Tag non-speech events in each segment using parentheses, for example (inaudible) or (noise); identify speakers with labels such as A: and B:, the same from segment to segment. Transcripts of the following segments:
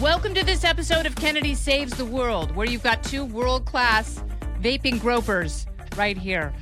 A: Welcome to this episode of Kennedy Saves the World, where you've got two world class vaping gropers right here.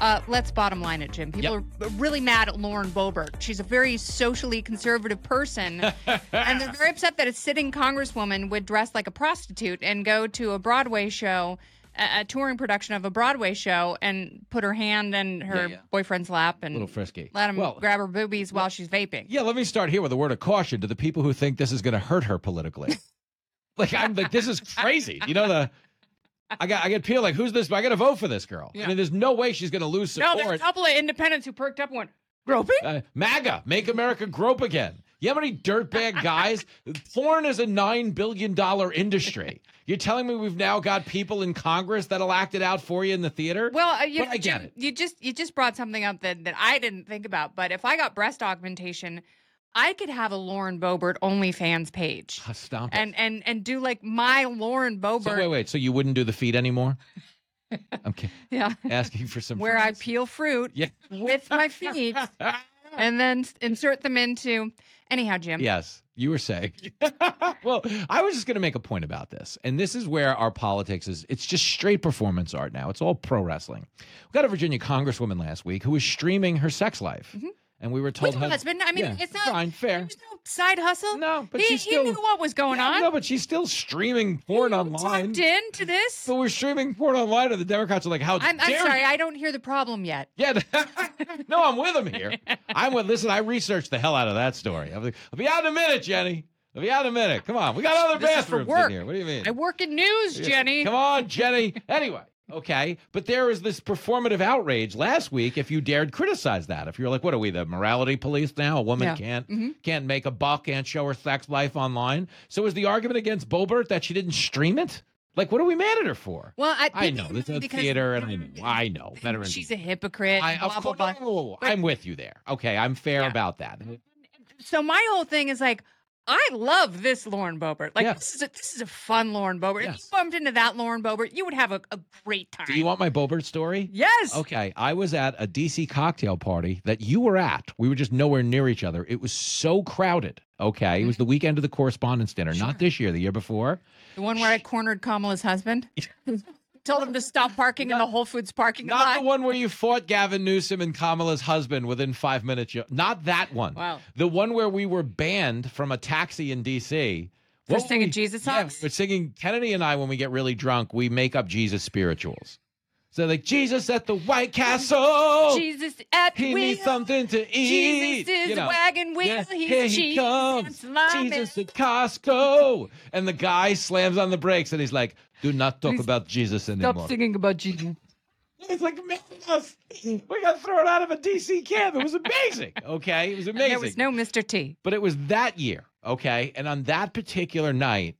A: Uh, let's bottom line it, Jim. People are really mad at Lauren Boebert. She's a very socially conservative
B: (laughs)
A: person, and they're very upset that a sitting congresswoman would dress like a prostitute and go to a Broadway show, a, a touring production of a Broadway show, and put her hand in her
C: yeah.
A: boyfriend's lap and
B: little frisky.
A: let him
B: Well,
A: grab her boobies while she's vaping.
B: yeah, let me start here with a word of caution to the people who think this is going to hurt
A: (laughs)
B: her politically. like I'm like this is crazy. You know the I got I get people like who's this? I got to vote for this girl.
C: Yeah.
B: I mean, there's no way she's going to lose
A: No,
B: support.
A: there's a couple of independents who perked up and went, groping?
B: Uh, MAGA, make America grope again. You have
A: (laughs)
B: any dirtbag guys? Porn is a $9 billion industry. You're telling me we've now got people in Congress that'll act it out for you in the theater?
A: Well, uh, you,
B: But I get
A: you,
B: it.
A: you just you just brought something up that, that I didn't think about. But if I got breast augmentation, I could have a Lauren Boebert OnlyFans page
B: Ah, Stop it.
A: and and and do like my Lauren Boebert,
B: so, wait, wait. So you wouldn't do the
A: (laughs)
B: feet anymore? I'm ki- (laughs)
A: yeah,
B: asking for some.
A: where I
B: friends.
A: peel fruit
B: Yeah. (laughs)
A: with my feet and then s- insert them into. Anyhow, Jim.
B: Yes, you were saying. (laughs) well, I was just going to make a point about this, and this is where our politics is. It's just straight performance art now. It's all pro wrestling. We got a Virginia congresswoman last week who was streaming her sex life, and we were told
A: Mm-hmm. With her husband. I mean,
B: Yeah,
A: it's not
B: fine, fair.
A: There's no side hustle.
B: No, but
A: he,
B: she's still
A: he knew what was going on.
B: No, but she's still streaming porn online.
A: Tucked into this.
B: But we're streaming porn online, and the Democrats are like, "How
A: I'm, I'm
B: dare
A: sorry,
B: you?"
A: I don't hear the problem yet.
B: Yeah. (laughs) no, I'm with him here. I'm with. Listen, I researched the hell out of that story. I'm like, I'll be out in a minute, Jenny. I'll be out in a minute. Come on, we got other
A: This is for
B: bathrooms
A: work.
B: in here. What do you mean?
A: I work in news, Jenny.
B: Come on, Jenny. Anyway, okay. But there was this performative outrage last week if you dared criticize that. If you're like, what are we, the morality police now? A woman
A: Yeah. Mm-hmm.
B: can't can't make a buck, can't show her sex life online. So is the argument against Bobert that she didn't stream it? Like, what are we mad at her for?
A: Well, I,
B: I
A: people
B: know. This is a
A: because
B: theater
A: (laughs)
B: and I know. I know. Veterans.
A: She's a hypocrite.
B: I, of
A: blah,
B: course,
A: blah, blah.
B: no, I'm with you there. Okay, I'm fair
A: Yeah.
B: about that.
A: So my whole thing is like, I love this Lauren Boebert. Like
B: Yeah.
A: this is a this is a fun Lauren Boebert. If you
B: Yes.
A: bumped into that Lauren Boebert, you would have a, a great time.
B: Do you want my Bobert story?
A: yes.
B: Okay, I was at a DC cocktail party that you were at. We were just nowhere near each other. It was so crowded. Okay, it
A: Mm-hmm.
B: was the weekend of the correspondence dinner, not this year, the year before.
A: The one where I cornered Kamala's
B: (laughs)
A: husband. Told him to stop parking in the Whole Foods parking
B: Not
A: lot.
B: the one where you fought Gavin Newsom and Kamala's husband within five minutes. yo- Not that one.
A: Wow.
B: The one where we were banned from a taxi in DC.
A: For
B: What were
A: singing
B: we-
A: Jesus
B: Yeah,
A: songs?
B: we were singing Kennedy and I when we get really drunk, we make up Jesus spirituals. So like Jesus at the White Castle.
A: Jesus at the
B: He needs
A: wheel.
B: something to eat.
A: Jesus is
B: you
A: a
B: know.
A: wagon wheel.
B: Yeah,
A: He's
B: here
A: a
B: he
A: cheese and
B: comes.
A: salami.
B: Jesus at Costco. And the guy slams on the brakes and he's like, do not talk
A: Please
B: about Jesus anymore.
A: Stop singing about Jesus.
B: He's like, man, us. we got thrown out of a DC cab. It was amazing. Okay. It was amazing.
A: There was no Mr. T.
B: but it was that year. Okay. And on that particular night,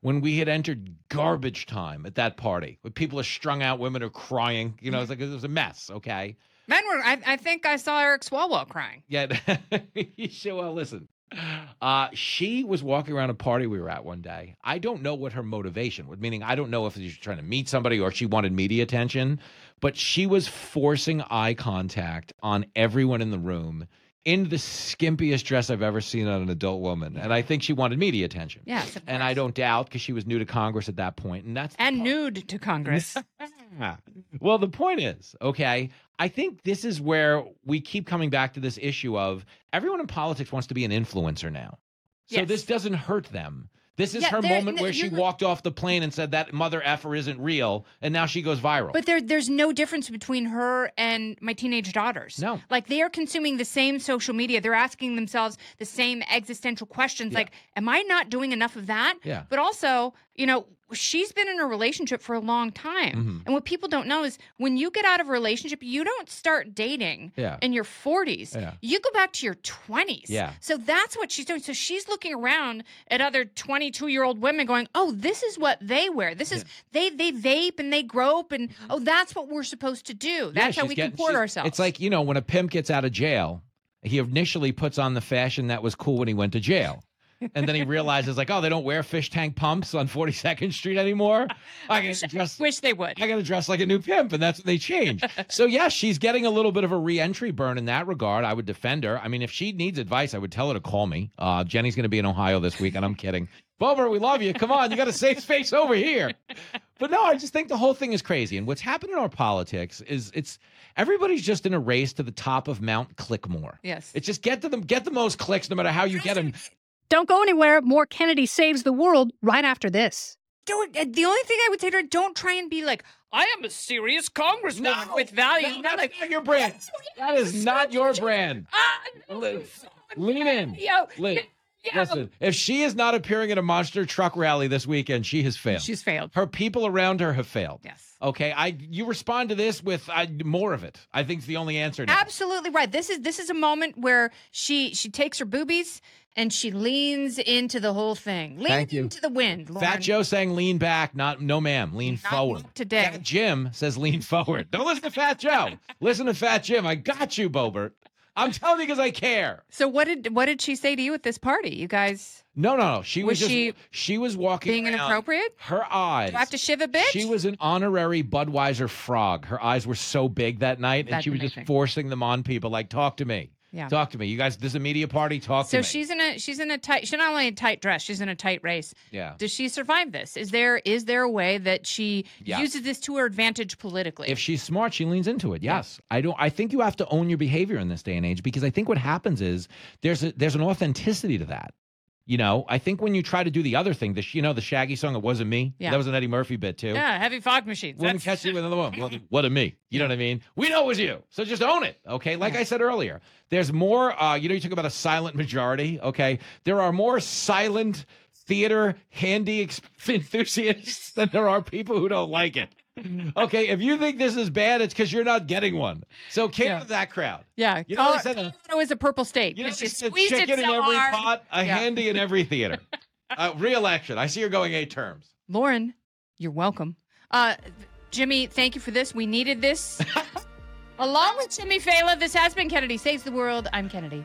B: when we had entered garbage time at that party, when people are strung out, women are crying, you know, it's like it was a mess. Okay.
A: Men were. I, I think I saw Eric Swalwell crying.
B: Yeah. (laughs) you should well listen. Uh, she was walking around a party we were at one day. I don't know what her motivation was, meaning I don't know if she was trying to meet somebody or she wanted media attention, but she was forcing eye contact on everyone in the room in the skimpiest dress I've ever seen on an adult woman. And I think she wanted media attention.
A: Yes. of
B: And
A: course.
B: I don't doubt because she was new to Congress at that point, and that's the
A: and
B: part-
A: nude to
B: (laughs)
A: Congress.
B: Ah. Well, the point is, okay, I think this is where we keep coming back to this issue of everyone in politics wants to be an influencer now. So
A: Yes.
B: this doesn't hurt them. This is
A: Yeah,
B: her
A: there-
B: moment
A: n-
B: where she
A: you're-
B: walked off the plane and said that mother effer isn't real, and now she goes viral.
A: But there, there's no difference between her and my teenage daughters.
B: No.
A: Like they are consuming the same social media. They're asking themselves the same existential questions like, am I not doing enough of that?
B: Yeah.
A: But also, you know, she's been in a relationship for a long time.
B: Mm-hmm.
A: And what people don't know is when you get out of a relationship, you don't start dating
B: Yeah.
A: in your 40s.
B: Yeah.
A: You go back to your 20s.
B: Yeah.
A: So that's what she's doing. So she's looking around at other 22 year old women going, oh, this is what they wear. This is, they, they vape and they grope and, oh, that's what we're supposed to do.
B: Mm-hmm. Yeah,
A: That's how
B: she's
A: we
B: getting-
A: comport
B: she's-
A: ourselves.
B: It's like, you know, when a pimp gets out of jail, he initially puts on the fashion that was cool when he went to jail. And then he realizes, like, oh, they don't wear fish tank pumps on 42nd
A: (laughs)
B: Street anymore. I can dress
A: Wish they would.
B: I got to dress like a new pimp, and that's what they change.
A: (laughs)
B: so yes, she's getting a little bit of a reentry burn in that regard. I would defend her. I mean, if she needs advice, I would tell her to call me. Uh, Jenny's going to be in Ohio this week, and
A: (laughs)
B: I'm kidding. Bober, we love you. Come on, you got a safe space over here. But no, I just think the whole thing is crazy. And what's happened in our politics is it's everybody's just in a race to the top of Mount Clickmore.
A: Yes.
B: It's just get to them, get the most clicks, no matter how you get them.
C: Don't go anywhere. More Kennedy saves the world right after this.
A: Don't, uh, the only thing I would say to her, don't try and be like, I am a serious congresswoman with values.
B: no,
A: not
B: that's
A: like,
B: not your brand. That is not your brand.
A: ah,
B: Li- Lean in.
A: yo,
B: Li-
A: yeah.
B: Listen, if she is not appearing at a monster truck rally this weekend, she has failed.
A: She's failed.
B: her people around her have failed.
A: Yes.
B: Okay, I you respond to this with I, more of it. I think it's the only answer. Now.
A: Absolutely right. This is this is a moment where she she takes her boobies and she leans into the whole thing. Leans
D: Thank you.
A: into the wind. Lauren.
B: Fat Joe saying lean back, not no ma'am, lean
A: Not
B: forward.
A: today.
B: Fat Jim says lean forward. Don't listen to
A: (laughs)
B: Fat Joe. listen to Fat Jim. I got you, Bobert. I'm telling you because I care.
A: So what did what did she say to you at this party? You guys
B: No, no, no. She was,
A: Was
B: just she,
A: she
B: was walking
A: being
B: around.
A: inappropriate?
B: Her eyes.
A: Do I have to shiv a bitch?
B: She was an honorary Budweiser frog. Her eyes were so big that night, and
A: That's
B: she was just
A: amazing.
B: forcing them on people. Like, talk to me,
A: Yeah.
B: talk to me. You guys, this is a media party. Talk to
A: so
B: me.
A: she's in a she's in a tight she's not only in a tight dress, she's in a tight race.
B: yeah.
A: Does she survive this? Is there is there a way that she
B: Yes.
A: uses this to her advantage politically?
B: If she's smart, she leans into it. Yes, I don't. I think you have to own your behavior in this day and age because I think what happens is there's a, there's an authenticity to that. You know, I think when you try to do the other thing, the sh- you know the Shaggy song, it wasn't me.
A: Yeah.
B: That was an Eddie Murphy bit too.
A: yeah, heavy fog machines.
B: Woman
A: That's,
B: catch you with another
A: (laughs)
B: woman. Well, what of me? You know what I mean? We know it was you. So just own it. Okay. Like I said earlier, there's more, uh, you know, you talk about a silent majority. Okay. There are more silent theater handy ex- (laughs) enthusiasts than there are people who don't like it. Okay. If you think this is bad, it's because you're not getting one. So cater
A: Yeah.
B: to that crowd.
A: yeah,
B: You know, they said
A: Colorado
B: a-
A: is a purple state.
B: You know,
A: because
B: they
A: you
B: said
A: squeezed it
B: chicken in
A: so
B: every
A: hard.
B: pot, a
A: Yeah.
B: handy in
A: (laughs)
B: every theater. uh, re-election. I see you're going eight terms.
A: Lauren, you're welcome. Uh, Jimmy, thank you for this. We needed
B: (laughs)
A: this. Along with Jimmy Fallon, this has been Kennedy Saves the World. I'm Kennedy.